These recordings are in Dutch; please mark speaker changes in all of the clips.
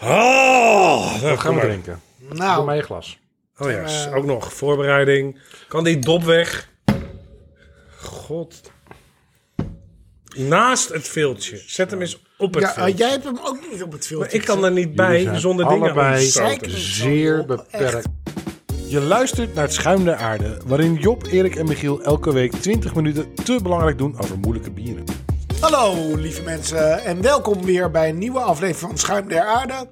Speaker 1: Oh,
Speaker 2: Wat gaan we
Speaker 1: maar.
Speaker 2: drinken? Doe
Speaker 3: Nou,
Speaker 2: mij een glas.
Speaker 1: Oh ja, s- ook nog voorbereiding. Kan die dop weg? God. Naast het viltje. Zet hem eens op het
Speaker 3: ja,
Speaker 1: viltje.
Speaker 3: jij hebt hem ook niet op het filmpje.
Speaker 1: Ik kan er niet
Speaker 2: Jullie
Speaker 1: bij
Speaker 2: zijn
Speaker 1: zonder dingen aan
Speaker 2: allebei
Speaker 1: te stoten.
Speaker 3: Zeker.
Speaker 2: zeer beperkt. Je luistert naar het Schuim der Aarde, waarin Job, Erik en Michiel elke week 20 minuten te belangrijk doen over moeilijke bieren.
Speaker 1: eh,
Speaker 3: Hallo lieve mensen en welkom weer bij een nieuwe aflevering van Schuim der Aarde.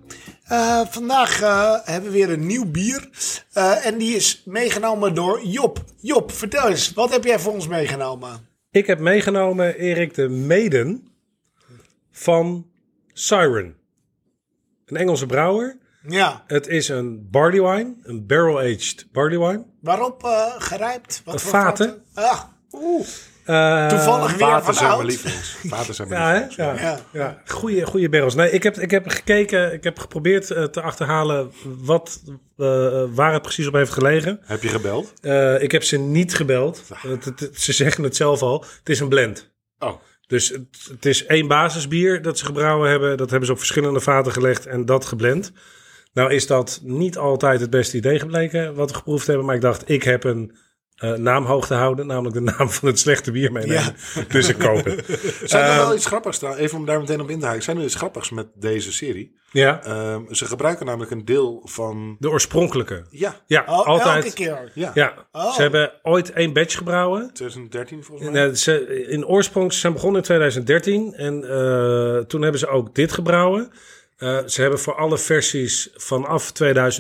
Speaker 3: Eh, vandaag eh, hebben we weer een nieuw bier Eh, en die is meegenomen door Job. Job, vertel eens, wat heb jij voor ons meegenomen?
Speaker 1: Ik heb meegenomen, Erik, de Maiden van Siren. Een Engelse brouwer.
Speaker 3: Ja,
Speaker 1: Het is een barley wine, een barrel-aged barley wine.
Speaker 3: waarop eh, gerijpt? Wat voor
Speaker 1: Vaten.
Speaker 3: Ah, oeh.
Speaker 1: Eh,
Speaker 3: Toevallig weer
Speaker 2: Vaten
Speaker 3: van
Speaker 2: zijn mijn
Speaker 3: oud.
Speaker 2: lievelings. Vaten zijn mijn
Speaker 1: Ja,
Speaker 2: lievelings.
Speaker 1: hè? Ja.
Speaker 3: Ja.
Speaker 1: ja. Goeie, goeie barrels. Nee, ik heb, ik heb gekeken, ik heb geprobeerd eh, te achterhalen wat, eh, waar het precies op heeft gelegen.
Speaker 2: Heb je gebeld?
Speaker 1: Eh, ik heb ze niet gebeld. Het- het- ze zeggen het zelf al. Het is een blend.
Speaker 2: Oh,
Speaker 1: Dus het, het is één basisbier dat ze gebrouwen hebben. Dat hebben ze op verschillende vaten gelegd en dat geblend. Nou is dat niet altijd het beste idee gebleken wat we geproefd hebben. Maar ik dacht, ik heb een eh, naam hoog te houden. Namelijk de naam van het slechte bier meenemen. Dus ik koop het.
Speaker 2: Zijn er wel iets grappigs daar? Even om daar meteen op in te haken. Zijn er iets grappigs met deze serie?
Speaker 1: Ja,
Speaker 2: Ehm, ze gebruiken namelijk een deel van.
Speaker 1: de oorspronkelijke.
Speaker 2: Ja,
Speaker 1: Ja,
Speaker 3: Oh,
Speaker 1: altijd.
Speaker 3: Elke keer.
Speaker 2: ja.
Speaker 1: Ja,
Speaker 3: Oh.
Speaker 1: ze hebben ooit één batch gebrouwen.
Speaker 2: 2013 volgens mij.
Speaker 1: Nee, ze, in oorsprong, ze zijn begonnen in 2013 en eh, toen hebben ze ook dit gebrouwen. Eh, ze hebben voor alle versies vanaf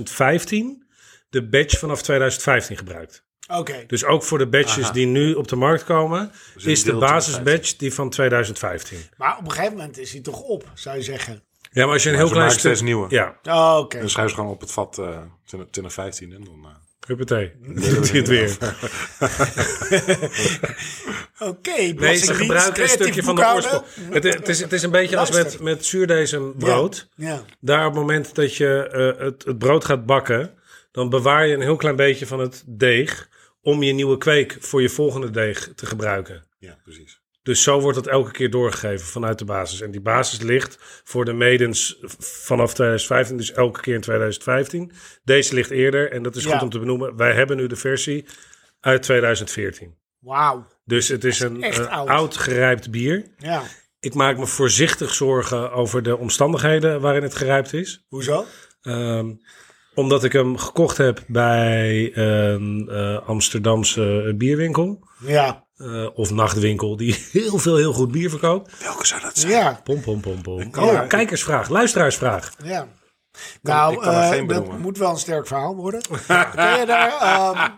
Speaker 1: 2015 de batch vanaf 2015 gebruikt.
Speaker 3: Oké,
Speaker 1: Dus ook voor de batches die nu op de markt komen,
Speaker 2: een
Speaker 1: is de
Speaker 2: deel
Speaker 1: basisbatch die van 2015.
Speaker 3: maar op een gegeven moment is hij toch op, zou je zeggen.
Speaker 1: Ja, maar als je een heel
Speaker 2: ze
Speaker 1: klein
Speaker 2: maken
Speaker 1: stuk-
Speaker 2: steeds nieuwe.
Speaker 1: Ja,
Speaker 3: Oh, Oké.
Speaker 2: Dan schuiven ze gewoon op het vat eh 2015 en dan. eh,
Speaker 1: huppatee. Doet hij het weer.
Speaker 3: Oké,
Speaker 1: Nee,
Speaker 3: belastingdienst,
Speaker 1: ze gebruiken een
Speaker 3: creatief
Speaker 1: stukje van de
Speaker 3: boekhouden.
Speaker 1: oorsprong. Het, het, is, het is een beetje als met,
Speaker 3: Luister.
Speaker 1: met zuurdesembrood.
Speaker 3: Ja.
Speaker 1: daar op het moment dat je eh, het, het brood gaat bakken, dan bewaar je een heel klein beetje van het deeg om je nieuwe kweek voor je volgende deeg te gebruiken.
Speaker 2: ja, precies.
Speaker 1: Dus zo wordt dat elke keer doorgegeven vanuit de basis. En die basis ligt voor de medens vanaf 2015, dus elke keer in 2015. Deze ligt eerder en dat is
Speaker 3: Ja.
Speaker 1: goed om te benoemen. Wij hebben nu de versie uit 2014.
Speaker 3: Wauw.
Speaker 1: Dus het is een,
Speaker 3: Echt
Speaker 1: een
Speaker 3: oud.
Speaker 1: oud gerijpt bier.
Speaker 3: Ja.
Speaker 1: Ik maak me voorzichtig zorgen over de omstandigheden waarin het gerijpt is.
Speaker 3: Hoezo?
Speaker 1: Ehm, omdat ik hem gekocht heb bij een eh, Amsterdamse bierwinkel.
Speaker 3: Ja.
Speaker 1: eh, of nachtwinkel die heel veel heel goed bier verkoopt.
Speaker 2: Welke zou dat zijn?
Speaker 3: Ja.
Speaker 1: Pom, pom, pom, pom.
Speaker 2: kan-
Speaker 1: Oh, kijkersvraag, luisteraarsvraag.
Speaker 3: Ja. nou,
Speaker 2: ik kan er
Speaker 3: eh,
Speaker 2: geen
Speaker 3: dat
Speaker 2: benoemen.
Speaker 3: moet wel een sterk verhaal worden. Kun je daar, ehm,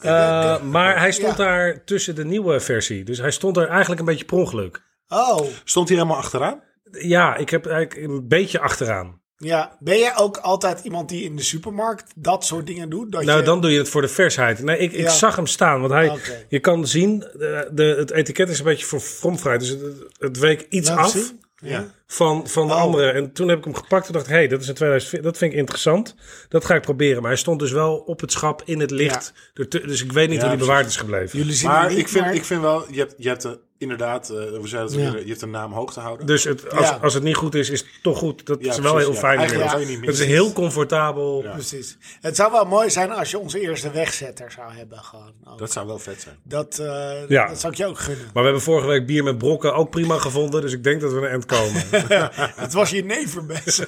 Speaker 1: Eh, maar hij stond
Speaker 3: Ja.
Speaker 1: daar tussen de nieuwe versie. Dus hij stond daar eigenlijk een beetje per ongeluk.
Speaker 3: oh,
Speaker 2: Stond hij helemaal achteraan?
Speaker 1: Ja, ik heb eigenlijk een beetje achteraan.
Speaker 3: ja. Ben jij ook altijd iemand die in de supermarkt dat soort dingen doet? Dat
Speaker 1: Nou,
Speaker 3: je,
Speaker 1: dan doe je het voor de versheid. Nee, ik, ik
Speaker 3: Ja.
Speaker 1: zag hem staan, want hij,
Speaker 3: Oké.
Speaker 1: je kan zien, de, de- het etiket is een beetje voor fromfrijd. Dus het, het week iets
Speaker 3: Laat
Speaker 1: af.
Speaker 3: zien.
Speaker 2: Ja.
Speaker 1: van, van de andere. En toen heb ik hem gepakt en dacht, hé, hey, dat is in 2004, dat vind ik interessant. Dat ga ik proberen. Maar hij stond dus wel op het schap in het licht. Ertu- Dus ik weet niet hoe die
Speaker 2: precies.
Speaker 1: bewaard is gebleven.
Speaker 3: Jullie zien
Speaker 2: Maar
Speaker 3: het niet,
Speaker 2: ik vind,
Speaker 3: maar-
Speaker 2: ik vind wel, je hebt, je hebt eh, inderdaad, eh, we zeiden het
Speaker 3: Ja.
Speaker 2: eerder, je hebt een naam hoog te houden.
Speaker 1: Dus het, als,
Speaker 3: Ja.
Speaker 1: als het niet goed is, is het toch goed. Dat
Speaker 2: Ja,
Speaker 1: is wel
Speaker 2: precies,
Speaker 1: heel
Speaker 2: ja.
Speaker 1: fijn. inmiddels.
Speaker 2: Eigenlijk zou je niet
Speaker 1: het is
Speaker 2: missen.
Speaker 1: heel comfortabel. Ja.
Speaker 3: Precies. Het zou wel mooi zijn als je onze eerste wegzetter zou hebben. Gewoon. ook. Dat,
Speaker 2: dat zou wel vet zijn.
Speaker 3: eh,
Speaker 1: Ja.
Speaker 3: dat zou ik je ook gunnen.
Speaker 1: Maar we hebben vorige week bier met brokken ook prima gevonden. Dus ik denk dat we een eind komen.
Speaker 3: Het was je nevenbest.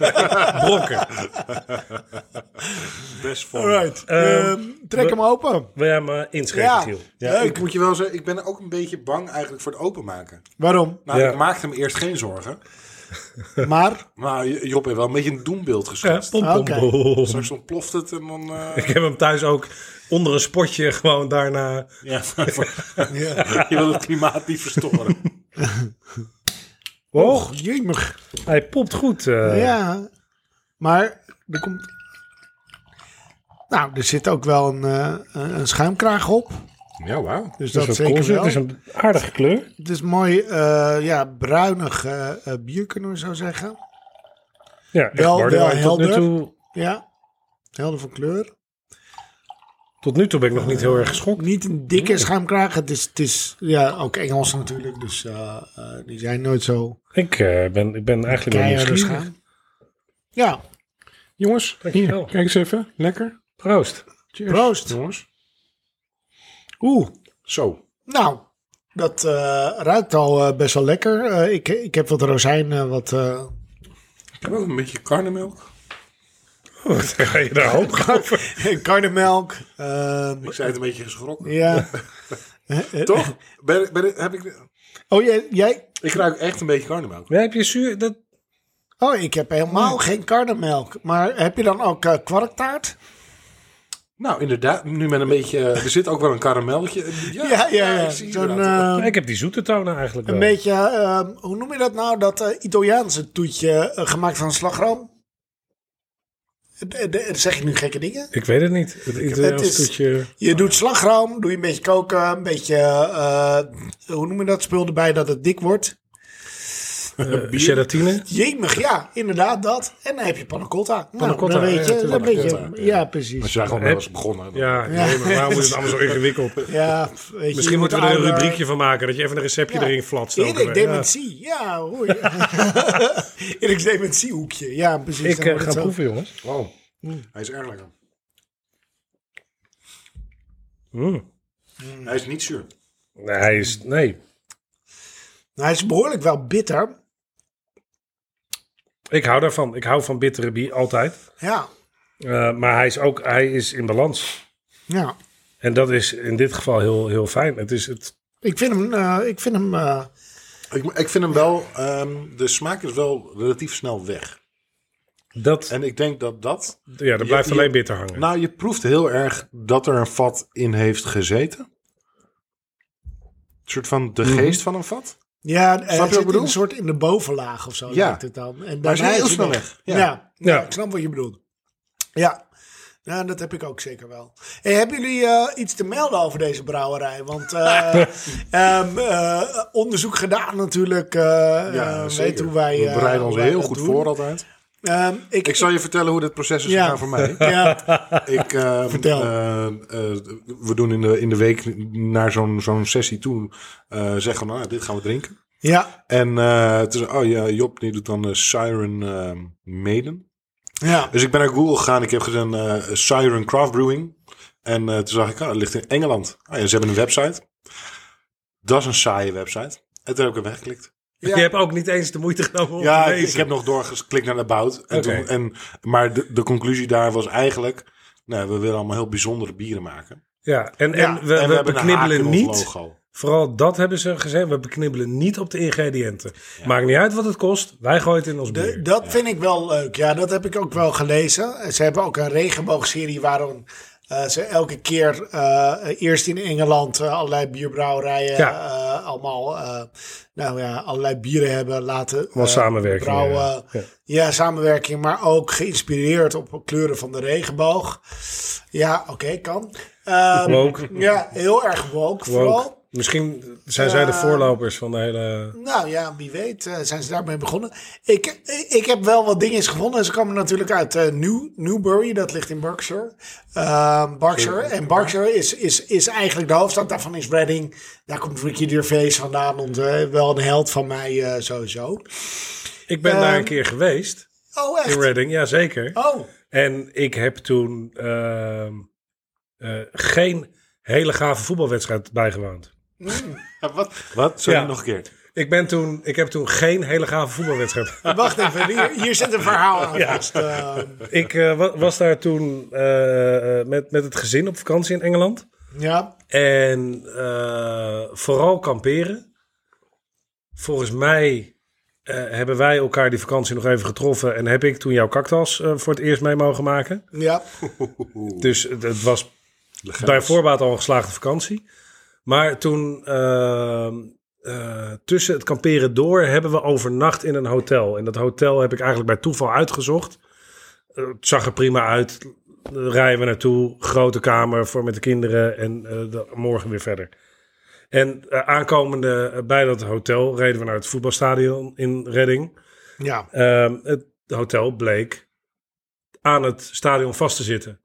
Speaker 1: brokken.
Speaker 2: Best vol.
Speaker 3: Alright.
Speaker 1: Ehm,
Speaker 3: Ehm, trek hem open.
Speaker 1: Wil jij me inschrijven,
Speaker 3: Ja.
Speaker 1: Giel?
Speaker 2: Ja, ik moet je wel zeggen, ik ben ook een beetje bang eigenlijk voor het openmaken.
Speaker 3: Waarom?
Speaker 2: Nou,
Speaker 1: Ja.
Speaker 2: ik maakte me eerst geen zorgen.
Speaker 3: Maar,
Speaker 2: Maar J- Job heeft wel een beetje een doembeeld
Speaker 1: Ja,
Speaker 2: geschetst.
Speaker 1: pom, pom, pom.
Speaker 2: Straks ontploft het en dan... eh,
Speaker 1: Ik heb hem thuis ook onder een spotje gewoon daarna...
Speaker 2: ja, voor-
Speaker 3: ja.
Speaker 2: je wil het klimaat niet verstoren.
Speaker 1: Och,
Speaker 3: jemig.
Speaker 1: hij popt goed. eh.
Speaker 3: Ja, maar er komt. Nou, er zit ook wel een, eh, een een schuimkraag op.
Speaker 2: Ja, wauw.
Speaker 3: Dus
Speaker 1: Dus
Speaker 3: dat, zeker wel.
Speaker 1: Het is een aardige kleur.
Speaker 3: Het is mooi, eh, ja, bruinig eh, eh, bier kunnen we zo zeggen.
Speaker 1: Ja, echt
Speaker 3: Wel-
Speaker 1: waar.
Speaker 3: wel
Speaker 1: Maar tot, nu
Speaker 3: helder.
Speaker 1: toe,
Speaker 3: Ja, helder van kleur.
Speaker 1: tot nu toe ben ik nog niet heel erg geschokt.
Speaker 3: Niet een dikke schuimkraag. Het is, het is ja, ook Engels natuurlijk. Dus eh, eh, die zijn nooit zo
Speaker 1: Ik, eh, ben, ik ben eigenlijk wel
Speaker 3: Keiharde
Speaker 1: nieuwsgierig.
Speaker 3: schaam. Ja,
Speaker 2: Jongens, hier,
Speaker 1: Dankjewel.
Speaker 2: kijk eens even. Lekker.
Speaker 1: Proost.
Speaker 2: Cheers.
Speaker 3: Proost.
Speaker 2: Jongens. Oeh, zo.
Speaker 3: nou, dat eh, ruikt al eh, best wel lekker. Eh, ik, ik heb wat rozijnen, wat... eh,
Speaker 2: Ik heb ook een beetje karnemelk.
Speaker 1: Oh, wat ga je daar hoop over?
Speaker 3: karnemelk. ehm,
Speaker 2: Ik zei het een beetje geschrokken.
Speaker 3: ja. Eh,
Speaker 2: Toch? Ben, ben, heb ik,
Speaker 3: Oh, jij, jij...
Speaker 2: ik ruik echt een beetje karnemelk.
Speaker 1: Ja, heb je zuur? Dat,
Speaker 3: Oh, ik heb helemaal geen karnemelk. Maar heb je dan ook eh, kwarktaart?
Speaker 2: Nou, inderdaad. Nu met een beetje... eh, Er zit ook wel een karamelletje. Ja,
Speaker 3: Ja, ja, ja.
Speaker 2: ik zie
Speaker 3: Zo'n,
Speaker 2: inderdaad.
Speaker 3: eh,
Speaker 1: ik heb die zoete tonen eigenlijk
Speaker 3: Een
Speaker 1: wel.
Speaker 3: beetje, ehm, hoe noem je dat nou? Dat eh, Italiaanse toetje eh, gemaakt van slagroom? D- d- zeg ik nu gekke dingen?
Speaker 1: Ik weet het niet. Het Italiaans
Speaker 3: is-
Speaker 1: toetje.
Speaker 3: Je doet slagroom, doe je een beetje koken, een beetje, eh, hoe noem je dat spul erbij dat het dik wordt?
Speaker 1: eh, gelatine.
Speaker 3: Jemig, ja, inderdaad dat. En dan heb je panna cotta. Nou,
Speaker 1: Panna cotta,
Speaker 3: dan weet
Speaker 1: ja,
Speaker 3: je,
Speaker 1: tuurlijk.
Speaker 3: een beetje,
Speaker 2: Panna
Speaker 3: ja,
Speaker 2: cotta, Maar ze
Speaker 3: precies.
Speaker 2: zijn gewoon
Speaker 1: Heb-
Speaker 2: wel eens begonnen.
Speaker 1: Ja, Nee, maar waarom is het allemaal zo ingewikkeld?
Speaker 3: Ja, weet je, je
Speaker 1: Misschien
Speaker 3: wordt
Speaker 1: moeten we er een
Speaker 3: ouder.
Speaker 1: rubriekje van maken. Dat je even een receptje
Speaker 3: Ja.
Speaker 1: erin flatst. elke
Speaker 3: Erik
Speaker 1: week.
Speaker 3: dementie, ja, hoor. Erik's dementiehoekje, ja, precies.
Speaker 1: Ja. Ik
Speaker 3: dan
Speaker 1: eh,
Speaker 3: wordt
Speaker 1: ga
Speaker 3: het zo.
Speaker 1: proeven, jongens.
Speaker 2: Wow. Hij is erg lekker.
Speaker 1: Mm.
Speaker 2: Hij is niet zuur.
Speaker 1: Nee, hij is... Nee.
Speaker 3: Nou, hij is behoorlijk wel bitter.
Speaker 1: Ik hou daarvan. Ik hou van bittere bier altijd.
Speaker 3: Ja,
Speaker 1: Eh, maar hij is ook... Hij is in balans.
Speaker 3: ja.
Speaker 1: En dat is in dit geval heel, heel fijn. Het is het...
Speaker 3: Ik vind hem, eh, ik vind hem eh,
Speaker 2: Ik, ik vind hem wel... ehm, de smaak is wel relatief snel weg.
Speaker 1: Dat,
Speaker 2: En ik denk dat dat...
Speaker 1: ja, dat blijft
Speaker 2: je-
Speaker 1: alleen bitter hangen.
Speaker 2: Nou, je proeft heel erg dat er een vat in heeft gezeten. Een soort van de geest van een vat.
Speaker 3: ja, eh,
Speaker 2: je wat
Speaker 3: hij
Speaker 2: ik
Speaker 3: zit in
Speaker 2: bedoel?
Speaker 3: een soort in de bovenlaag of zo,
Speaker 2: Ja.
Speaker 3: lijkt het dan.
Speaker 2: Maar
Speaker 3: En daarna
Speaker 2: hij is heel
Speaker 3: hij
Speaker 2: snel weg.
Speaker 3: Ja.
Speaker 2: Ja.
Speaker 3: Ja,
Speaker 1: Ja.
Speaker 3: ik snap wat je bedoelt. Ja. Ja, dat heb ik ook zeker wel. Hey, hebben jullie eh, iets te melden over deze brouwerij? Want eh, ehm, eh, onderzoek gedaan natuurlijk. eh eh, weet hoe wij,
Speaker 2: We
Speaker 3: eh,
Speaker 2: bereiden
Speaker 3: hoe
Speaker 2: ons
Speaker 3: wij
Speaker 2: heel
Speaker 3: dat
Speaker 2: goed
Speaker 3: doen.
Speaker 2: voor altijd.
Speaker 3: Ehm, ik,
Speaker 2: Ik zal je vertellen hoe dit proces is
Speaker 3: Ja.
Speaker 2: gegaan voor mij.
Speaker 3: ja,
Speaker 2: Ik, eh,
Speaker 3: Vertel.
Speaker 2: eh, eh, we doen in de, in de week naar zo'n zo'n sessie toe. eh, zeggen van, nou, dit gaan we drinken.
Speaker 3: ja,
Speaker 2: En eh, het is, oh ja, Job die doet dan eh, Siren eh, Maiden.
Speaker 3: ja,
Speaker 2: Dus ik ben naar Google gegaan. Ik heb gezien eh, Siren Craft Brewing. En eh, toen zag ik, ah, dat ligt in Engeland. Ah, ja, ze hebben een website. Dat is een saaie website. En toen heb ik hem weggeklikt.
Speaker 1: Je hebt ook niet eens de moeite genomen om
Speaker 2: Ja,
Speaker 1: te
Speaker 2: ik,
Speaker 1: lezen.
Speaker 2: ik heb nog doorgeklikt naar About. En
Speaker 1: Oh, Oké.
Speaker 2: toen, en, maar de, de conclusie daar was eigenlijk... Nou, we willen allemaal heel bijzondere bieren maken.
Speaker 1: Ja, en,
Speaker 3: Ja,
Speaker 1: en we,
Speaker 2: en
Speaker 1: we
Speaker 2: hebben een haak in
Speaker 1: beknibbelen
Speaker 2: ons
Speaker 1: niet.
Speaker 2: Logo.
Speaker 1: Vooral dat hebben ze gezegd. We beknibbelen niet op de ingrediënten. Maakt niet uit wat het kost. Wij gooien het in ons bier.
Speaker 3: De- dat vind ik wel leuk. Ja, dat heb ik ook wel gelezen. En Ze hebben ook een regenboogserie waarom eh, ze elke keer eh, eerst in Engeland eh, allerlei bierbrouwerijen
Speaker 1: Ja.
Speaker 3: eh, allemaal eh, nou ja, allerlei bieren hebben laten
Speaker 1: Wel
Speaker 3: eh,
Speaker 1: samenwerking,
Speaker 3: brouwen.
Speaker 1: ja.
Speaker 3: Ja. samenwerking, maar ook geïnspireerd op kleuren van de regenboog. Ja, oké, kan. Ehm,
Speaker 1: Woke.
Speaker 3: Ja, heel erg woke
Speaker 1: Woke.
Speaker 3: vooral.
Speaker 1: Misschien zijn zij de voorlopers van de hele...
Speaker 3: Nou ja, wie weet eh, zijn ze daarmee begonnen. Ik, ik- ik heb wel wat dingetjes gevonden. Ze komen natuurlijk uit eh, New, Newbury, dat ligt in Berkshire. Ehm, Berkshire. En Berkshire is, is, is eigenlijk de hoofdstad daarvan is Reading. Daar komt Ricky Gervais vandaan. En, eh, wel een held van mij eh, sowieso.
Speaker 1: Ik ben daar een keer geweest.
Speaker 3: Oh,
Speaker 1: In
Speaker 3: echt?
Speaker 1: Reading, ja zeker.
Speaker 3: Oh,
Speaker 1: En ik heb toen ehm, eh, geen hele gave voetbalwedstrijd bijgewoond.
Speaker 2: wat? Wat? Sorry,
Speaker 1: Ja.
Speaker 2: nog een keer.
Speaker 1: Ik, ben toen, ik heb toen geen hele gave voetbalwedstrijd.
Speaker 3: wacht even. Hier, hier zit een verhaal aan
Speaker 1: Ja.
Speaker 3: vast. Ehm,
Speaker 1: ik eh, wa- was daar toen eh, eh, met, met het gezin op vakantie in Engeland.
Speaker 3: ja.
Speaker 1: En eh, vooral kamperen. Volgens mij eh, hebben wij elkaar die vakantie nog even getroffen. En heb ik toen jouw cactus eh, voor het eerst mee mogen maken.
Speaker 3: Ja.
Speaker 1: Dus het, het was bij voorbaat al een geslaagde vakantie. Maar toen eh, eh, tussen het kamperen door hebben we overnacht in een hotel. En dat hotel heb ik eigenlijk bij toeval uitgezocht. Eh, het zag er prima uit. Eh, Rijden we naartoe, grote kamer voor met de kinderen en eh, de- morgen weer verder. En eh, aankomende eh, bij dat hotel reden we naar het voetbalstadion in Redding.
Speaker 3: Ja.
Speaker 1: Ehm, het hotel bleek aan het stadion vast te zitten.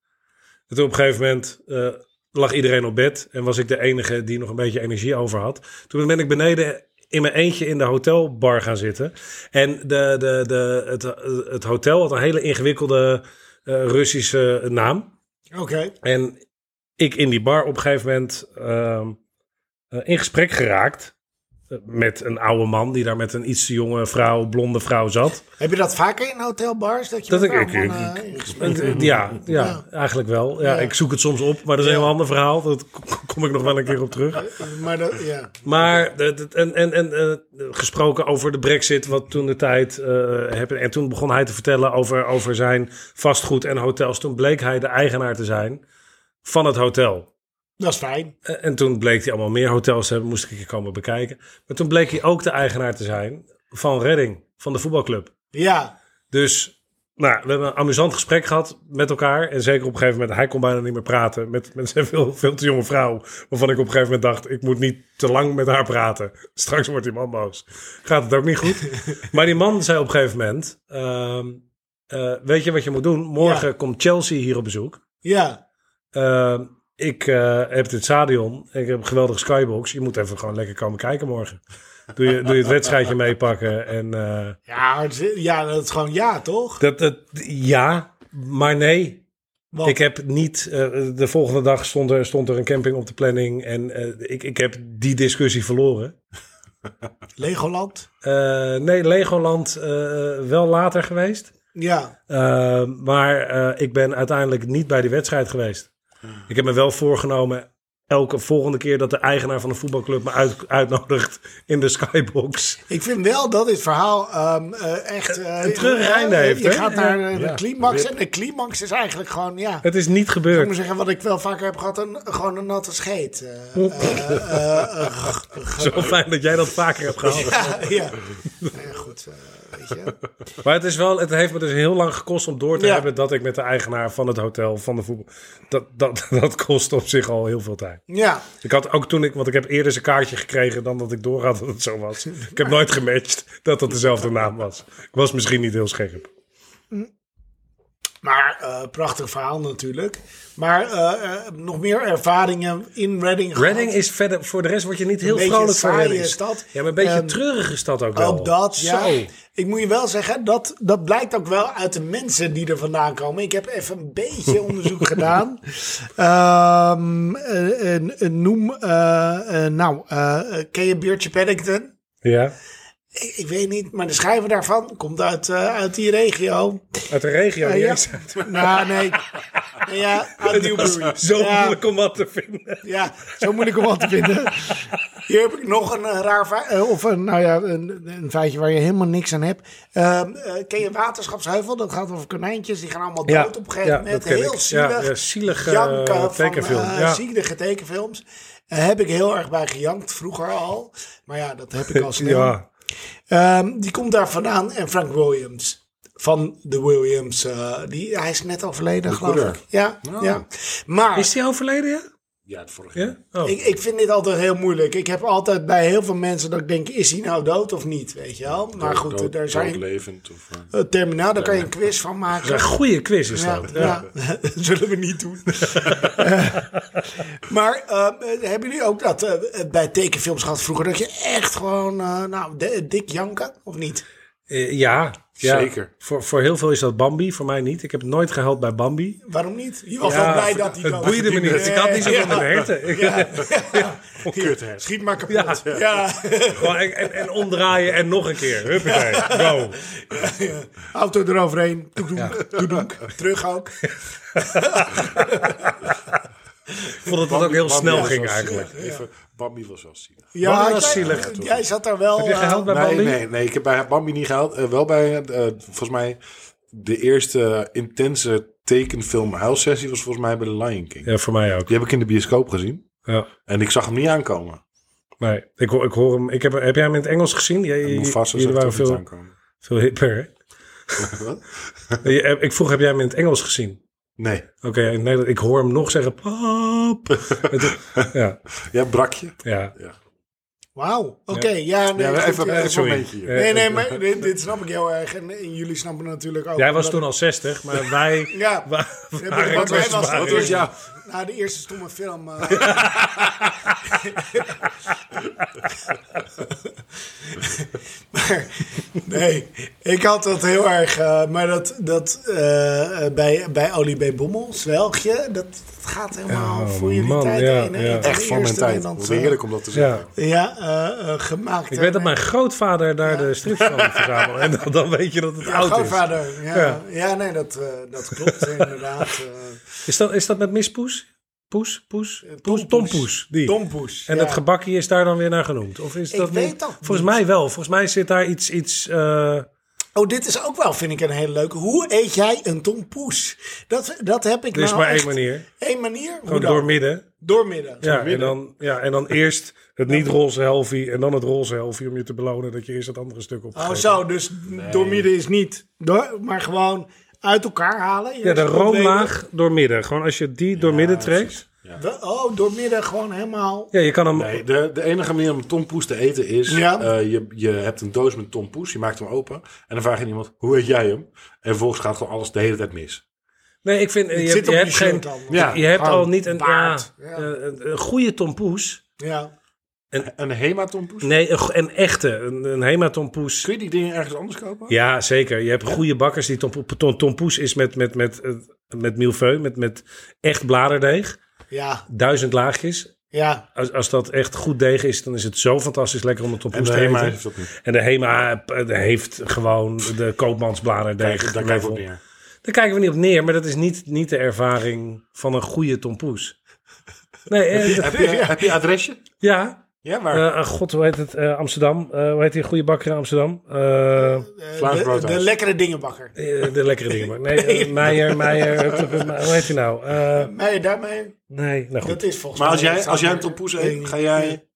Speaker 1: En toen op een gegeven moment eh, lag iedereen op bed en was ik de enige die nog een beetje energie over had. Toen ben ik beneden in mijn eentje in de hotelbar gaan zitten. En de, de, de, het, het hotel had een hele ingewikkelde eh, Russische naam.
Speaker 3: Oké.
Speaker 1: En ik in die bar op een gegeven moment ehm, eh, in gesprek geraakt. eh, Met een oude man die daar met een iets te jonge vrouw, blonde vrouw zat.
Speaker 3: Heb je dat vaker in hotelbars? Dat je
Speaker 1: Dat
Speaker 3: met
Speaker 1: ik-
Speaker 3: vrouwmannen
Speaker 1: ik-
Speaker 3: in gesprek-
Speaker 1: En, eh, Ja, ja, eigenlijk wel. Ja,
Speaker 3: Ja.
Speaker 1: ik zoek het soms op, maar dat is een
Speaker 3: Ja.
Speaker 1: heel ander verhaal. Daar kom ik nog wel een keer op terug.
Speaker 3: Maar dat, ja.
Speaker 1: Maar de- de- en, en, en eh, gesproken over de brexit, wat toen de tijd eh, heb, En toen begon hij te vertellen over, over zijn vastgoed en hotels. Toen bleek hij de eigenaar te zijn van het hotel.
Speaker 3: Dat is fijn.
Speaker 1: Eh, En toen bleek hij allemaal meer hotels te hebben, moest ik een keer komen bekijken. Maar toen bleek hij ook de eigenaar te zijn van Redding, van de voetbalclub.
Speaker 3: Ja.
Speaker 1: Dus nou, we hebben een amusant gesprek gehad met elkaar. En zeker op een gegeven moment, hij kon bijna niet meer praten met, met zijn veel, veel te jonge vrouw. Waarvan ik op een gegeven moment dacht, ik moet niet te lang met haar praten. Straks wordt die man boos. Gaat het ook niet goed. maar die man zei op een gegeven moment, ehm, eh, weet je wat je moet doen? Morgen
Speaker 3: Ja.
Speaker 1: komt Chelsea hier op bezoek.
Speaker 3: Ja.
Speaker 1: Ehm, ik eh, heb dit stadion. Ik heb een geweldige skybox. Je moet even gewoon lekker komen kijken morgen. Doe je, doe je het wedstrijdje meepakken. En eh,
Speaker 3: Ja, maar het is- ja, dat is gewoon ja, toch?
Speaker 1: dat, dat, ja, maar nee.
Speaker 3: Want-
Speaker 1: Ik heb niet. eh, de volgende dag stond er, stond er een camping op de planning. En eh, ik, ik heb die discussie verloren.
Speaker 3: Legoland.
Speaker 1: Eh, nee, Legoland eh, wel later geweest.
Speaker 3: Ja.
Speaker 1: Eh, maar eh, ik ben uiteindelijk niet bij die wedstrijd geweest. Ik heb me wel voorgenomen. Elke volgende keer dat de eigenaar van de voetbalclub me uit, uitnodigt in de skybox.
Speaker 3: Ik vind wel dat dit verhaal ehm, eh, echt... eh,
Speaker 1: Een treurig einde
Speaker 3: eh,
Speaker 1: heeft,
Speaker 3: Je
Speaker 1: hè?
Speaker 3: gaat naar
Speaker 1: Ja.
Speaker 3: eh, de
Speaker 1: Ja.
Speaker 3: climax. En de climax is eigenlijk gewoon, ja...
Speaker 1: Het is niet
Speaker 3: Ik moet
Speaker 1: gebeurd.
Speaker 3: zeggen, wat ik wel vaker heb gehad, een, gewoon een natte scheet. eh, eh, eh, eh, g- g-
Speaker 1: Zo fijn dat jij dat vaker hebt gehad.
Speaker 3: ja, ja. Nou ja, goed, eh, weet je.
Speaker 1: Maar het, is wel, het heeft me dus heel lang gekost om door te
Speaker 3: Ja.
Speaker 1: hebben dat ik met de eigenaar van het hotel, van de voetbal. Dat, dat, dat kost op zich al heel veel tijd.
Speaker 3: Ja,
Speaker 1: Ik had ook toen ik, want ik heb eerder eens een kaartje gekregen dan dat ik door had dat het zo was. Ik heb nooit gematcht dat dat dezelfde naam was. Ik was misschien niet heel scherp.
Speaker 3: maar eh, prachtig verhaal natuurlijk. Maar eh, eh, nog meer ervaringen in Reading gehad.
Speaker 1: Reading is verder, voor de rest word je niet heel
Speaker 3: Een beetje
Speaker 1: vrolijk van
Speaker 3: saaie
Speaker 1: Reading.
Speaker 3: stad.
Speaker 1: Ja, maar een beetje
Speaker 3: Ehm,
Speaker 1: treurige stad ook wel.
Speaker 3: Ook dat, ja.
Speaker 1: Zo.
Speaker 3: Ik moet je wel zeggen, dat, dat blijkt ook wel uit de mensen die er vandaan komen. Ik heb even een beetje onderzoek gedaan. Ehm, eh, eh, eh, noem, eh, eh, nou, eh, eh, ken je Beertje Paddington?
Speaker 1: Ja,
Speaker 3: Ik, ik weet niet, maar de schrijver daarvan komt uit, eh, uit die regio.
Speaker 1: uit de regio.
Speaker 3: Eh, ja.
Speaker 1: jezus.
Speaker 3: Nou, nee. Nou ja, uit Newbury.
Speaker 1: Zo
Speaker 3: ja,
Speaker 1: moeilijk om wat te vinden.
Speaker 3: Ja, zo moeilijk om wat te vinden. Hier heb ik nog een eh, raar fei- eh, of een, nou ja, een, een feitje waar je helemaal niks aan hebt. Ehm, eh, ken je Waterschapsheuvel? Dat gaat over konijntjes. Die gaan allemaal dood
Speaker 1: Ja,
Speaker 3: op een gegeven
Speaker 1: ja,
Speaker 3: moment.
Speaker 1: dat ken
Speaker 3: Heel
Speaker 1: ik.
Speaker 3: zielig.
Speaker 1: Ja, ja, zielige,
Speaker 3: Janken
Speaker 1: eh,
Speaker 3: van,
Speaker 1: tekenfilm.
Speaker 3: eh,
Speaker 1: Ja.
Speaker 3: Zielige tekenfilms. Eh, heb ik heel erg bij gejankt, vroeger al. Maar ja, dat heb ik al snel.
Speaker 1: Ja,
Speaker 3: Ehm, die komt daar vandaan. En Frank Williams. Van de Williams. eh, die, hij is net overleden, geloof
Speaker 2: coureur.
Speaker 3: ik. Ja,
Speaker 2: Oh.
Speaker 3: ja. Maar,
Speaker 1: Ah. is die overleden, ja?
Speaker 2: Ja, het vorige
Speaker 1: Ja? Oh.
Speaker 3: ik, ik vind dit altijd heel moeilijk. Ik heb altijd bij heel veel mensen dat ik denk, is hij nou dood of niet? Weet je wel? Maar goed,
Speaker 2: dood,
Speaker 3: daar zijn
Speaker 2: doodlevend of, eh,
Speaker 3: eh, terminaal, daar kan je een quiz van
Speaker 1: Ja,
Speaker 3: maken.
Speaker 1: goede quiz is
Speaker 3: Ja,
Speaker 1: dat. Ja.
Speaker 3: ja. zullen we niet doen. Eh, maar eh, hebben jullie ook dat eh, bij tekenfilms gehad vroeger, dat je echt gewoon, eh, nou, de- dik janken of niet?
Speaker 1: Eh, ja, ja.
Speaker 2: Zeker.
Speaker 1: Voor, voor heel veel is dat Bambi, voor mij niet. Ik heb nooit gehuild bij Bambi.
Speaker 3: Waarom niet? Je was
Speaker 1: Ja,
Speaker 3: wel blij dat hij
Speaker 1: het
Speaker 3: dood
Speaker 1: boeide me
Speaker 3: was.
Speaker 1: niet. Ik had niet zoveel
Speaker 3: Ja.
Speaker 1: met herten. Ik-
Speaker 2: Kut, hè.
Speaker 3: Schiet maar kapot. Ja.
Speaker 1: gewoon en, en, en omdraaien en nog een keer. Huppakee, go.
Speaker 3: Auto eroverheen. Doedoek, doedoek. Terug ook.
Speaker 1: Ik vond dat het ook heel
Speaker 2: Bambi
Speaker 1: snel
Speaker 2: was
Speaker 1: ging
Speaker 2: wel
Speaker 1: eigenlijk.
Speaker 2: zielig. Even, Bambi was wel zielig.
Speaker 3: Ja,
Speaker 1: Wat was
Speaker 3: jij-
Speaker 1: zielig.
Speaker 3: Jij zat daar wel.
Speaker 1: Heb je
Speaker 3: eh,
Speaker 1: gehuild bij
Speaker 2: Nee,
Speaker 1: Bambi?
Speaker 2: nee, nee, ik heb bij Bambi niet gehaald. Eh, wel bij, eh, volgens mij, de eerste intense tekenfilm huilsessie was volgens mij bij The Lion King.
Speaker 1: Ja, voor mij ook.
Speaker 2: Die heb ik in de bioscoop gezien.
Speaker 1: Ja.
Speaker 2: En ik zag hem niet aankomen.
Speaker 1: Nee, ik, hoor- ik hoor hem. Ik heb, heb jij hem in het Engels gezien? Jij,
Speaker 2: Mufasa zag
Speaker 1: jullie
Speaker 2: hem
Speaker 1: waren
Speaker 2: niet
Speaker 1: veel,
Speaker 2: aankomen.
Speaker 1: veel hipper.
Speaker 2: Wat?
Speaker 1: hè? Je- eh, ik vroeg, heb jij hem in het Engels gezien?
Speaker 2: Nee.
Speaker 1: Oké, in Nederland- ik hoor hem nog zeggen, pap. ja,
Speaker 2: Ja, brak je.
Speaker 1: ja.
Speaker 3: Wauw. Oké, ja, nee.
Speaker 2: Ja,
Speaker 3: goed,
Speaker 2: even,
Speaker 3: eh,
Speaker 2: even
Speaker 1: sorry.
Speaker 2: een momentje hier.
Speaker 3: Nee, nee, maar dit, dit snap ik heel erg. En, en jullie snappen natuurlijk ook.
Speaker 1: Jij was
Speaker 3: dat-
Speaker 1: toen al 60, maar wij...
Speaker 3: Ja.
Speaker 1: wa-
Speaker 3: Ja,
Speaker 1: waren
Speaker 3: want wij
Speaker 1: kwetsbaar.
Speaker 3: was-
Speaker 2: Wat was jouw,
Speaker 3: Na de eerste stomme film. eh, maar, nee, ik had dat heel erg. eh, maar dat, dat eh, eh, bij, bij Olie B. Bommel, Zwelgje, dat, dat gaat helemaal
Speaker 1: Oh,
Speaker 3: voor jullie
Speaker 1: man,
Speaker 3: tijd
Speaker 1: ja,
Speaker 3: heen. hè?
Speaker 1: ja.
Speaker 3: Het
Speaker 2: Echt van mijn
Speaker 3: eerste
Speaker 2: tijd.
Speaker 3: Nederlandse-
Speaker 2: Wat heerlijk om dat te
Speaker 1: Ja.
Speaker 2: zeggen.
Speaker 3: Ja, eh, eh, gemaakt.
Speaker 1: Ik
Speaker 3: hè?
Speaker 1: weet dat mijn grootvader daar de strips van verzamelde. En dan, dan weet je dat het
Speaker 3: Ja,
Speaker 1: oud is.
Speaker 3: grootvader. Ja, ja.
Speaker 1: Ja.
Speaker 3: nee, dat, eh, dat klopt inderdaad. eh
Speaker 1: Is dat, is dat met mispoes? Poes? Poes? Poes? Tompoes. Die.
Speaker 3: Tompoes.
Speaker 1: En
Speaker 3: ja.
Speaker 1: dat gebakje is daar dan weer naar genoemd? Of is
Speaker 3: Ik
Speaker 1: dat
Speaker 3: weet
Speaker 1: niet?
Speaker 3: dat
Speaker 1: Volgens
Speaker 3: niet.
Speaker 1: mij wel. Volgens mij zit daar iets... iets eh,
Speaker 3: Oh, dit is ook wel, vind ik, een hele leuke. Hoe eet jij een tompoes? Dat, dat heb ik
Speaker 1: er is
Speaker 3: nou
Speaker 1: maar één
Speaker 3: echt-
Speaker 1: manier.
Speaker 3: Eén manier? Hoe
Speaker 1: Gewoon
Speaker 3: dan?
Speaker 1: doormidden.
Speaker 3: Doormidden.
Speaker 1: Ja, en dan, ja, en dan eerst het niet-roze helfie en dan het roze helfie om je te belonen dat je eerst het andere stuk op.
Speaker 3: Oh, zo, dus doormidden is niet. Door, maar gewoon uit elkaar halen.
Speaker 1: Ja,
Speaker 3: Eerst
Speaker 1: de
Speaker 3: opdelen.
Speaker 1: roomlaag doormidden. Gewoon als je die doormidden trekt.
Speaker 3: We- Oh, doormidden gewoon helemaal.
Speaker 1: Ja, je kan hem...
Speaker 2: Nee, de, de enige manier om tompoes te eten is...
Speaker 3: Ja.
Speaker 2: eh, je, je hebt een doos met tompoes, je maakt hem open... en dan vraag je aan iemand, hoe eet jij hem? En vervolgens gaat gewoon alles de hele tijd mis.
Speaker 1: Nee, ik vind... eh, Je,
Speaker 3: zit
Speaker 1: hebt- je
Speaker 3: op je
Speaker 1: hebt geen...
Speaker 3: shirt dan.
Speaker 2: Ja,
Speaker 1: je hebt
Speaker 2: gewoon
Speaker 1: al niet een, ja,
Speaker 3: baard. Ja.
Speaker 1: eh, een, een goede tompoes.
Speaker 3: Ja.
Speaker 2: Een hematompoes?
Speaker 1: Nee, een, go- een echte. Een, een hematompoes.
Speaker 2: Kun je die dingen ergens anders kopen?
Speaker 1: Ja, zeker. Je hebt goede bakkers die tompo- to- tompoes is met, met, met, eh, met milfeu, met, met echt bladerdeeg.
Speaker 3: Ja.
Speaker 1: Duizend laagjes.
Speaker 3: Ja.
Speaker 1: Als, als dat echt goed deeg is, dan is het zo fantastisch lekker om een
Speaker 2: En
Speaker 1: tompoes
Speaker 2: de
Speaker 1: te
Speaker 2: Hema
Speaker 1: eten.
Speaker 2: heeft dat niet.
Speaker 1: En de HEMA eh, heeft gewoon de koopmansbladerdeeg.
Speaker 2: Kijk, daar kijk ik op
Speaker 1: level.
Speaker 2: neer.
Speaker 1: Daar kijken we niet op neer, maar dat is niet, niet de ervaring van een goede tompoes. Nee, eh, d-
Speaker 2: Heb je, heb je adresje?
Speaker 1: ja.
Speaker 2: Ja,
Speaker 1: Eh
Speaker 2: waar?
Speaker 1: eh, God, hoe heet het? eh, Amsterdam. Eh, hoe heet die goede bakker in Amsterdam? Eh,
Speaker 3: Eh,
Speaker 2: Vlaams
Speaker 3: De,
Speaker 2: broodhuis.
Speaker 3: de lekkere dingenbakker.
Speaker 1: eh, de lekkere dingen. maar- Nee, eh, Meijer, Meijer. Hoe heet die nou? Eh,
Speaker 3: Nee, daarmee.
Speaker 1: nee, nou goed.
Speaker 3: Dat is volgens
Speaker 2: maar als
Speaker 3: mij-
Speaker 2: jij, als jij een tompoes eet, ga jij...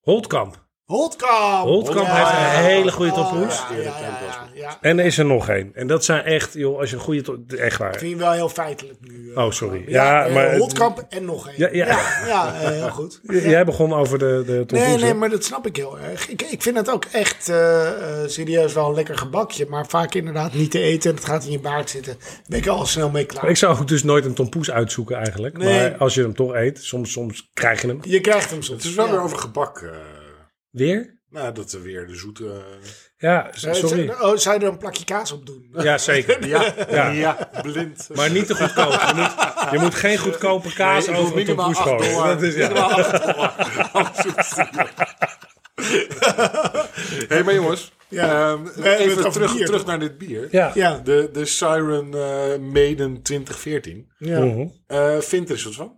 Speaker 1: Holtkamp.
Speaker 3: Holtkamp.
Speaker 1: Holtkamp heeft een hele goede tompoes.
Speaker 3: Ja, ja, ja, ja, ja.
Speaker 1: En er is er nog één. En dat zijn echt, joh, als je een goede... to- Echt waar.
Speaker 3: Vind je wel heel feitelijk nu. eh.
Speaker 1: Oh, sorry. Ja,
Speaker 3: eh,
Speaker 1: maar...
Speaker 3: Holtkamp en nog één.
Speaker 1: Ja, ja.
Speaker 3: ja, ja, eh, heel goed.
Speaker 1: J- Jij begon over de, de tompoes,
Speaker 3: Nee,
Speaker 1: hè?
Speaker 3: nee, maar dat snap ik heel erg. Ik, ik vind het ook echt eh, eh, serieus wel een lekker gebakje. Maar vaak inderdaad niet te eten. en Het gaat in je baard zitten. Ben ik al snel mee klaar.
Speaker 1: Ik zou ook dus nooit een tompoes uitzoeken eigenlijk.
Speaker 3: Nee.
Speaker 1: Maar als je hem toch eet, soms, soms krijg je hem.
Speaker 3: Je krijgt hem soms.
Speaker 2: Het is wel
Speaker 3: Ja.
Speaker 2: weer over gebak. eh,
Speaker 1: Weer?
Speaker 2: nou, dat er weer de zoete...
Speaker 1: Ja,
Speaker 3: Eh,
Speaker 1: sorry.
Speaker 3: zou- oh, zou je er een plakje kaas op doen?
Speaker 1: Ja, zeker.
Speaker 2: Ja,
Speaker 1: Ja.
Speaker 2: blind.
Speaker 1: Maar niet te goedkoop. Je moet, je moet geen goedkope kaas
Speaker 2: Nee, ik wil
Speaker 1: over een
Speaker 2: minimaal
Speaker 1: tompoes
Speaker 2: acht
Speaker 1: gooien.
Speaker 2: dollar.
Speaker 1: Dat is, ja.
Speaker 2: Minimaal acht dollar. Anders hoeft het niet. hey, maar jongens.
Speaker 3: Ja.
Speaker 2: ehm,
Speaker 3: hebben het
Speaker 2: even
Speaker 3: over
Speaker 2: terug,
Speaker 3: bier,
Speaker 2: terug
Speaker 3: toch?
Speaker 2: naar dit bier.
Speaker 1: Ja.
Speaker 3: Ja.
Speaker 2: De, de Siren eh Maiden 2014.
Speaker 3: Ja.
Speaker 1: Mhm.
Speaker 2: Eh vindt er iets wat van?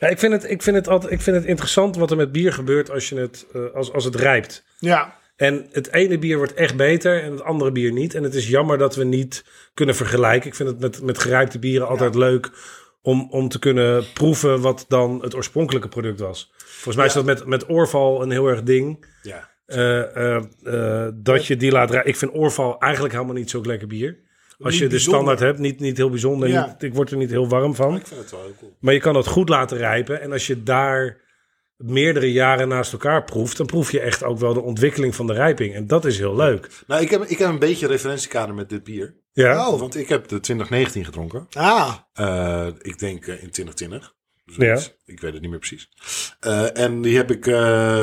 Speaker 1: Ja, ik, vind het, ik, vind het altijd, ik vind het interessant wat er met bier gebeurt als, je het, eh, als, als het rijpt.
Speaker 3: Ja.
Speaker 1: En het ene bier wordt echt beter en het andere bier niet. En het is jammer dat we niet kunnen vergelijken. Ik vind het met, met gerijpte bieren altijd leuk om, om te kunnen proeven wat dan het oorspronkelijke product was. Volgens mij is dat met, met Orval een heel erg ding.
Speaker 2: Ja.
Speaker 1: eh, eh, eh, dat je die laat rijpen. Ik vind Orval eigenlijk helemaal niet zo'n lekker bier. Als
Speaker 3: Niet
Speaker 1: je de
Speaker 3: bijzonder.
Speaker 1: standaard hebt, niet, niet heel bijzonder.
Speaker 3: Ja.
Speaker 1: niet- ik word er niet heel warm van.
Speaker 2: Ik vind het wel heel cool.
Speaker 1: Maar je kan dat goed laten rijpen. En als je daar meerdere jaren naast elkaar proeft, dan proef je echt ook wel de ontwikkeling van de rijping. En dat is heel leuk.
Speaker 2: Nou, ik heb, ik heb een beetje referentiekader met dit bier.
Speaker 1: Ja,
Speaker 3: Oh.
Speaker 2: Want ik heb de 2019 gedronken.
Speaker 3: Ah,
Speaker 2: Eh, ik denk eh, in 2020.
Speaker 1: Ja.
Speaker 2: Ik weet het niet meer precies. Eh, en die heb ik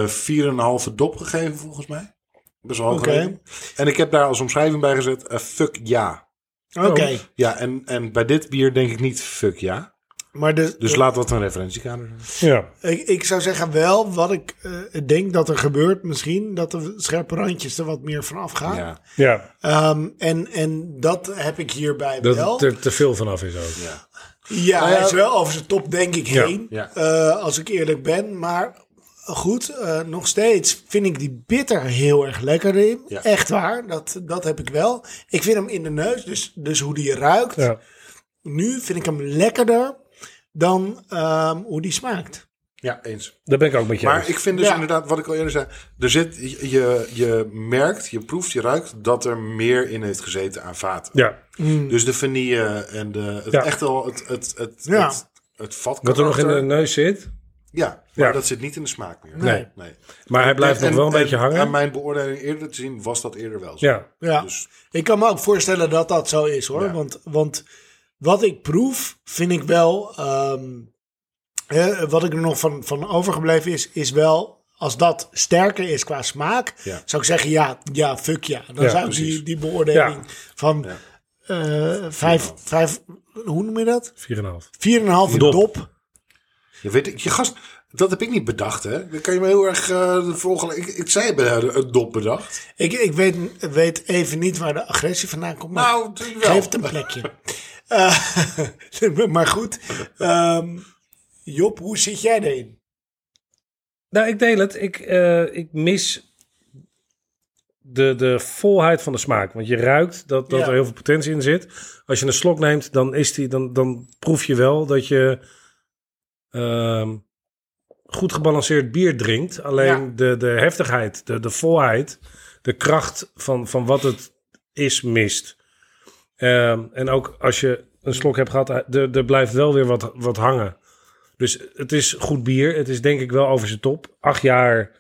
Speaker 2: eh 4,5 dop gegeven, volgens mij. Best wel hoog
Speaker 3: Oké.
Speaker 2: gelegen. En ik heb daar als omschrijving bij gezet, eh, fuck ja.
Speaker 3: oké.
Speaker 1: Oh.
Speaker 2: Ja, en, en bij dit bier denk ik niet fuck ja.
Speaker 3: Maar de,
Speaker 2: Dus laat dat een referentiekader zijn.
Speaker 1: ja.
Speaker 3: Ik, ik zou zeggen wel wat ik eh, denk dat er gebeurt misschien. Dat de scherpe randjes er wat meer van afgaan.
Speaker 2: Ja.
Speaker 1: ja.
Speaker 3: Ehm, en, en dat heb ik hierbij
Speaker 1: Dat
Speaker 3: wel.
Speaker 1: het er te veel vanaf is ook.
Speaker 2: ja.
Speaker 3: Ja,
Speaker 2: eh, Nou ja,
Speaker 3: hij is wel over zijn top denk ik
Speaker 1: Ja,
Speaker 3: heen.
Speaker 2: ja.
Speaker 3: eh, als ik eerlijk ben. Maar goed, eh, nog steeds vind ik die bitter heel erg lekker in.
Speaker 2: Ja.
Speaker 3: Echt waar, dat, dat heb ik wel. Ik vind hem in de neus, dus, dus hoe die ruikt.
Speaker 1: Ja.
Speaker 3: Nu vind ik hem lekkerder dan ehm, hoe die smaakt.
Speaker 2: Ja, eens.
Speaker 1: Daar ben ik ook met je
Speaker 2: Maar
Speaker 1: eens.
Speaker 2: ik vind dus
Speaker 3: Ja.
Speaker 2: inderdaad, wat ik al eerder zei, er zit, je- je, je merkt, je proeft, je ruikt dat er meer in heeft gezeten aan vaten.
Speaker 1: Ja,
Speaker 2: Dus de vanille en de, het
Speaker 1: Hmm. Ja.
Speaker 2: echt wel het, het, het,
Speaker 3: Ja.
Speaker 2: het, het vat.
Speaker 1: wat er nog in de
Speaker 2: karakter.
Speaker 1: neus zit.
Speaker 2: Ja, maar
Speaker 1: Ja.
Speaker 2: dat zit niet in de smaak meer.
Speaker 1: Nee. Maar hij blijft nog
Speaker 2: En-
Speaker 1: wel een
Speaker 2: en-
Speaker 1: beetje hangen.
Speaker 2: Aan mijn beoordeling eerder te zien was dat eerder wel zo.
Speaker 1: Ja.
Speaker 3: Ja.
Speaker 2: Dus
Speaker 3: Ik kan me ook voorstellen dat dat zo is hoor.
Speaker 2: Ja.
Speaker 3: Want, want Wat ik proef, vind ik wel. ehm, hè, wat ik er nog van, van overgebleven is, is wel. Als dat sterker is qua smaak,
Speaker 2: Ja.
Speaker 3: zou ik zeggen: ja, ja, fuck ja. Dan
Speaker 1: Ja,
Speaker 3: zou ik die,
Speaker 2: precies.
Speaker 3: die beoordeling
Speaker 1: Ja.
Speaker 3: van eh, vijf, vijf, hoe noem je dat?
Speaker 1: 4,5.
Speaker 3: 4,5
Speaker 1: Dop.
Speaker 3: dop.
Speaker 2: Je weet, je gast, dat heb ik niet bedacht, hè? Dan kan je me heel erg eh, de volgende. Ik, ik zei bij de- het dop bedacht.
Speaker 3: Ik, ik weet, weet even niet waar de agressie vandaan komt. maar
Speaker 2: Nou, d- wel.
Speaker 3: Geef het een plekje. Eh, maar goed. ehm, Job, hoe zit jij erin?
Speaker 1: Nou, ik deel het. Ik, eh, ik mis de, de volheid van de smaak. Want je ruikt dat, dat
Speaker 3: Ja.
Speaker 1: er heel veel potentie in zit. Als je een slok neemt, dan, is die, dan, dan proef je wel dat je ehm, goed gebalanceerd bier drinkt. Alleen
Speaker 3: Ja.
Speaker 1: de, de heftigheid, de, de volheid, de kracht van, van wat het is, mist. Ehm, en ook als je een slok hebt gehad, eh, er, er blijft wel weer wat, wat hangen. Dus het is goed bier. Het is denk ik wel over zijn top. Acht jaar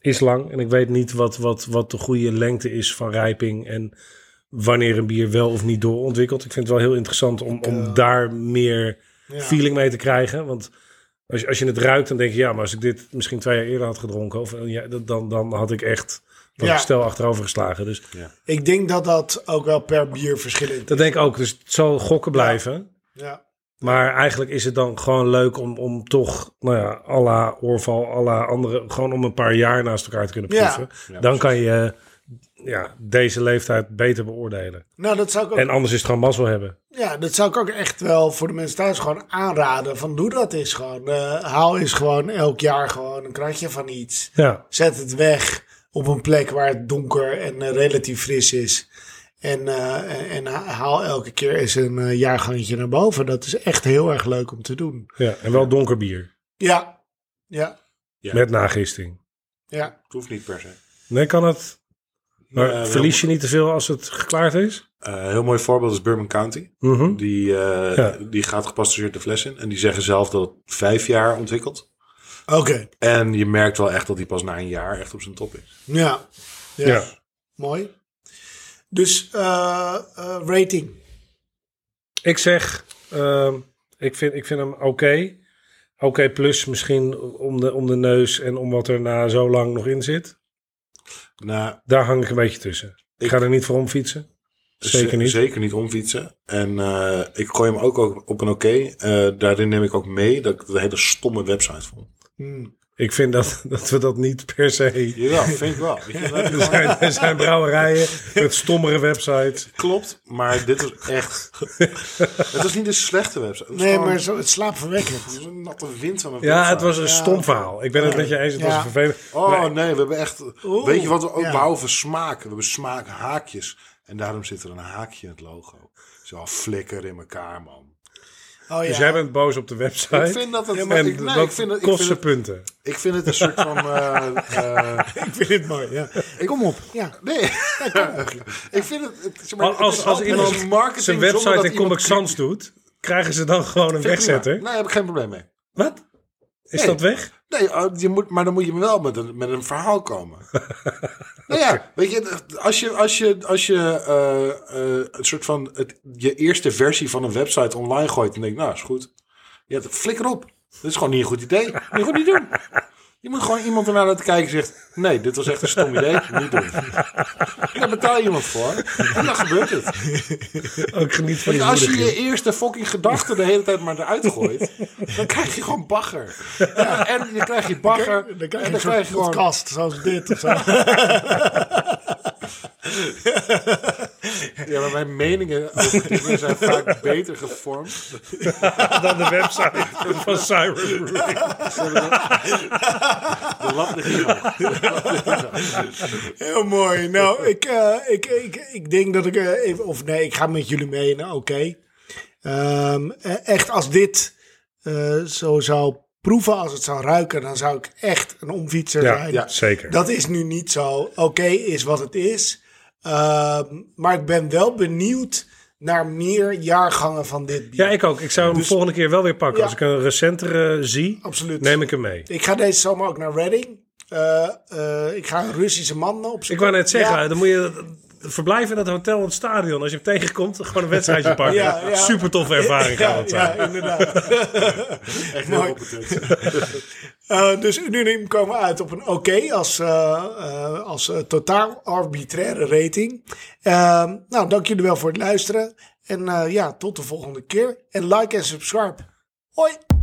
Speaker 1: is lang. En ik weet niet wat, wat, wat de goede lengte is van rijping. En wanneer een bier wel of niet doorontwikkelt. Ik vind het wel heel interessant om, om daar meer
Speaker 3: Ja.
Speaker 1: feeling mee te krijgen. Want als je, als je het ruikt, dan denk je... ja, maar als ik dit misschien twee jaar eerder had gedronken... Of, een jaar, dat- dan, dan had ik echt dat
Speaker 3: Ja.
Speaker 1: stel achterover geslagen. Dus
Speaker 3: Ik denk dat dat ook wel per bier verschillend
Speaker 1: dat
Speaker 3: is.
Speaker 1: denk ik ook. Dus het zal gokken blijven.
Speaker 3: Ja.
Speaker 1: Maar eigenlijk is het dan gewoon leuk om, om toch, nou ja, à la Orval, à la andere, gewoon om een paar jaar naast elkaar te kunnen
Speaker 3: Ja.
Speaker 1: proeven. dan kan je ja, deze leeftijd beter beoordelen.
Speaker 3: Nou, dat zou, ik ook,
Speaker 1: En anders is het gewoon mazzel hebben.
Speaker 3: ja, dat zou ik ook echt wel voor de mensen thuis gewoon aanraden. Van doe dat eens gewoon. Eh, haal eens gewoon elk jaar gewoon een kratje van iets.
Speaker 1: Ja,
Speaker 3: Zet het weg op een plek waar het donker en eh, relatief fris is. En, eh, en ha- haal elke keer eens een eh, jaargangetje naar boven. Dat is echt heel erg leuk om te doen.
Speaker 1: ja. en wel donker bier.
Speaker 3: Ja, ja,
Speaker 2: Ja.
Speaker 1: Met nagisting.
Speaker 3: ja.
Speaker 2: Het hoeft niet per se.
Speaker 1: Nee, kan het. Maar
Speaker 2: Nee,
Speaker 1: verlies je niet te veel als het geklaard is?
Speaker 2: Eh, heel mooi voorbeeld is Bourbon County.
Speaker 1: Mhm.
Speaker 2: Die, eh,
Speaker 1: Ja.
Speaker 2: die gaat gepasteuriseerd de fles in. En die zeggen zelf dat het vijf jaar ontwikkelt.
Speaker 3: Oké,
Speaker 2: En je merkt wel echt dat die pas na een jaar echt op zijn top is.
Speaker 3: ja. ja.
Speaker 1: Ja.
Speaker 3: Mooi. Dus eh, eh, rating.
Speaker 1: Ik zeg, ehm, ik, vind, ik vind hem oké. Oké plus misschien om de, om de neus en om wat er na zo lang nog in zit.
Speaker 2: Nou,
Speaker 1: Daar hang ik een beetje tussen. Ik
Speaker 2: Ik-
Speaker 1: ga er niet voor om fietsen. Zeker
Speaker 2: Dus ze-
Speaker 1: niet.
Speaker 2: Zeker niet omfietsen. En eh, ik gooi hem ook op, op een oké. Eh, daarin neem ik ook mee dat ik de hele stomme website vond.
Speaker 3: Hmm.
Speaker 1: Ik vind dat, dat we dat niet per se.
Speaker 2: Jawel, vind ik wel. Weet je, dat-
Speaker 1: Er zijn, er zijn brouwerijen met stommere websites.
Speaker 2: Klopt, maar dit was echt... het was niet een slechte website. Het was
Speaker 3: Nee,
Speaker 2: gewoon-
Speaker 3: maar zo, het slaapverwekkend.
Speaker 2: Het was een natte wind van een
Speaker 1: Ja,
Speaker 2: website.
Speaker 1: het was een stom verhaal. Ik ben het met je eens. Het was
Speaker 3: Ja.
Speaker 1: een vervelend.
Speaker 2: Oh nee, we hebben echt. weet je wat we ook
Speaker 3: ja.
Speaker 2: behouden? Smaak. We hebben smaakhaakjes. En daarom zit er een haakje in het logo. Zo flikker in elkaar, man.
Speaker 3: Oh, ja.
Speaker 1: Dus jij bent boos op de website.
Speaker 2: Ik vind dat het-
Speaker 1: En
Speaker 2: ik- nee,
Speaker 1: dat
Speaker 2: ik vind dat- ik
Speaker 1: kost
Speaker 2: vind
Speaker 1: ze
Speaker 2: het-
Speaker 1: punten.
Speaker 2: Ik vind het een soort van. eh, eh,
Speaker 3: Ik vind het mooi. Ja. Kom op. Ja.
Speaker 2: nee. ik vind het. het zeg maar,
Speaker 1: Als,
Speaker 2: het
Speaker 1: als,
Speaker 2: is
Speaker 1: als
Speaker 2: altijd een
Speaker 1: iemand
Speaker 2: marketing
Speaker 1: zijn
Speaker 2: zonder dat
Speaker 1: website in
Speaker 2: iemand-
Speaker 1: Comic Sans doet, krijgen ze dan gewoon een
Speaker 2: Prima.
Speaker 1: wegzetter.
Speaker 2: Nee, daar heb ik geen probleem mee.
Speaker 1: Wat? Is
Speaker 2: Nee.
Speaker 1: dat weg?
Speaker 2: Nee, eh, je moet, maar dan moet je wel met een, met een verhaal komen. nou ja, weet je, als je, als je, als je eh, eh, een soort van het, je eerste versie van een website online gooit en denkt, nou is goed. Ja, dan flikker op. Dit is gewoon niet een goed idee. Moet je gewoon niet doen. Je moet gewoon iemand ernaar laten kijken en zegt, nee, dit was echt een stom idee. Niet doen. Daar betaal je iemand voor. En dan gebeurt het.
Speaker 1: Ook geniet van je
Speaker 2: Als je
Speaker 1: moeder.
Speaker 2: je eerste fucking gedachten de hele tijd maar eruit gooit, dan krijg je gewoon bagger. Ja, en je krijgt je bagger.
Speaker 3: Dan krijg
Speaker 2: en
Speaker 3: je een
Speaker 2: dan krijg je
Speaker 3: soort
Speaker 2: gewoon.
Speaker 3: podcast zoals dit of zo.
Speaker 2: Ja, maar mijn meningen over dingen zijn vaak beter gevormd.
Speaker 1: Dan de website van Cyber.
Speaker 2: De lat ligt hier al.
Speaker 3: Heel mooi. Nou, ik, eh, ik, ik, ik denk dat ik eh, even... Of nee, ik ga met jullie mee. Nou, oké. Ehm, e- echt, als dit eh, zo zou proeven, als het zou ruiken... dan zou ik echt een omfietser
Speaker 1: Ja,
Speaker 3: zijn.
Speaker 1: ja, zeker.
Speaker 3: Dat is nu niet zo. Oké is wat het is. Ehm, maar ik ben wel benieuwd naar meer jaargangen van dit bier.
Speaker 1: Ja, ik ook. Ik zou
Speaker 2: Dus-
Speaker 1: hem volgende keer wel weer pakken.
Speaker 3: Ja.
Speaker 1: Als ik een recentere eh, zie,
Speaker 3: Absoluut.
Speaker 1: neem ik hem mee.
Speaker 3: Ik ga deze zomer ook naar Reading. Eh, eh, ik ga een Russische man opzoeken.
Speaker 1: Ik wou net zeggen,
Speaker 3: Ja.
Speaker 1: dan moet je... verblijf in dat hotel en het stadion. Als je hem tegenkomt, gewoon een wedstrijdje pakken.
Speaker 3: Ja, ja.
Speaker 1: Super toffe ervaring eh. gaat
Speaker 3: Ja,
Speaker 1: dat zijn.
Speaker 3: ja, inderdaad.
Speaker 2: Echt heel
Speaker 3: Mooi.
Speaker 2: competent.
Speaker 3: Eh, dus unaniem komen we uit op een oké als, eh, eh, als eh, totaal arbitraire rating. Eh, nou, dank jullie wel voor het luisteren. En eh, ja, tot de volgende keer. En like en subscribe. Hoi!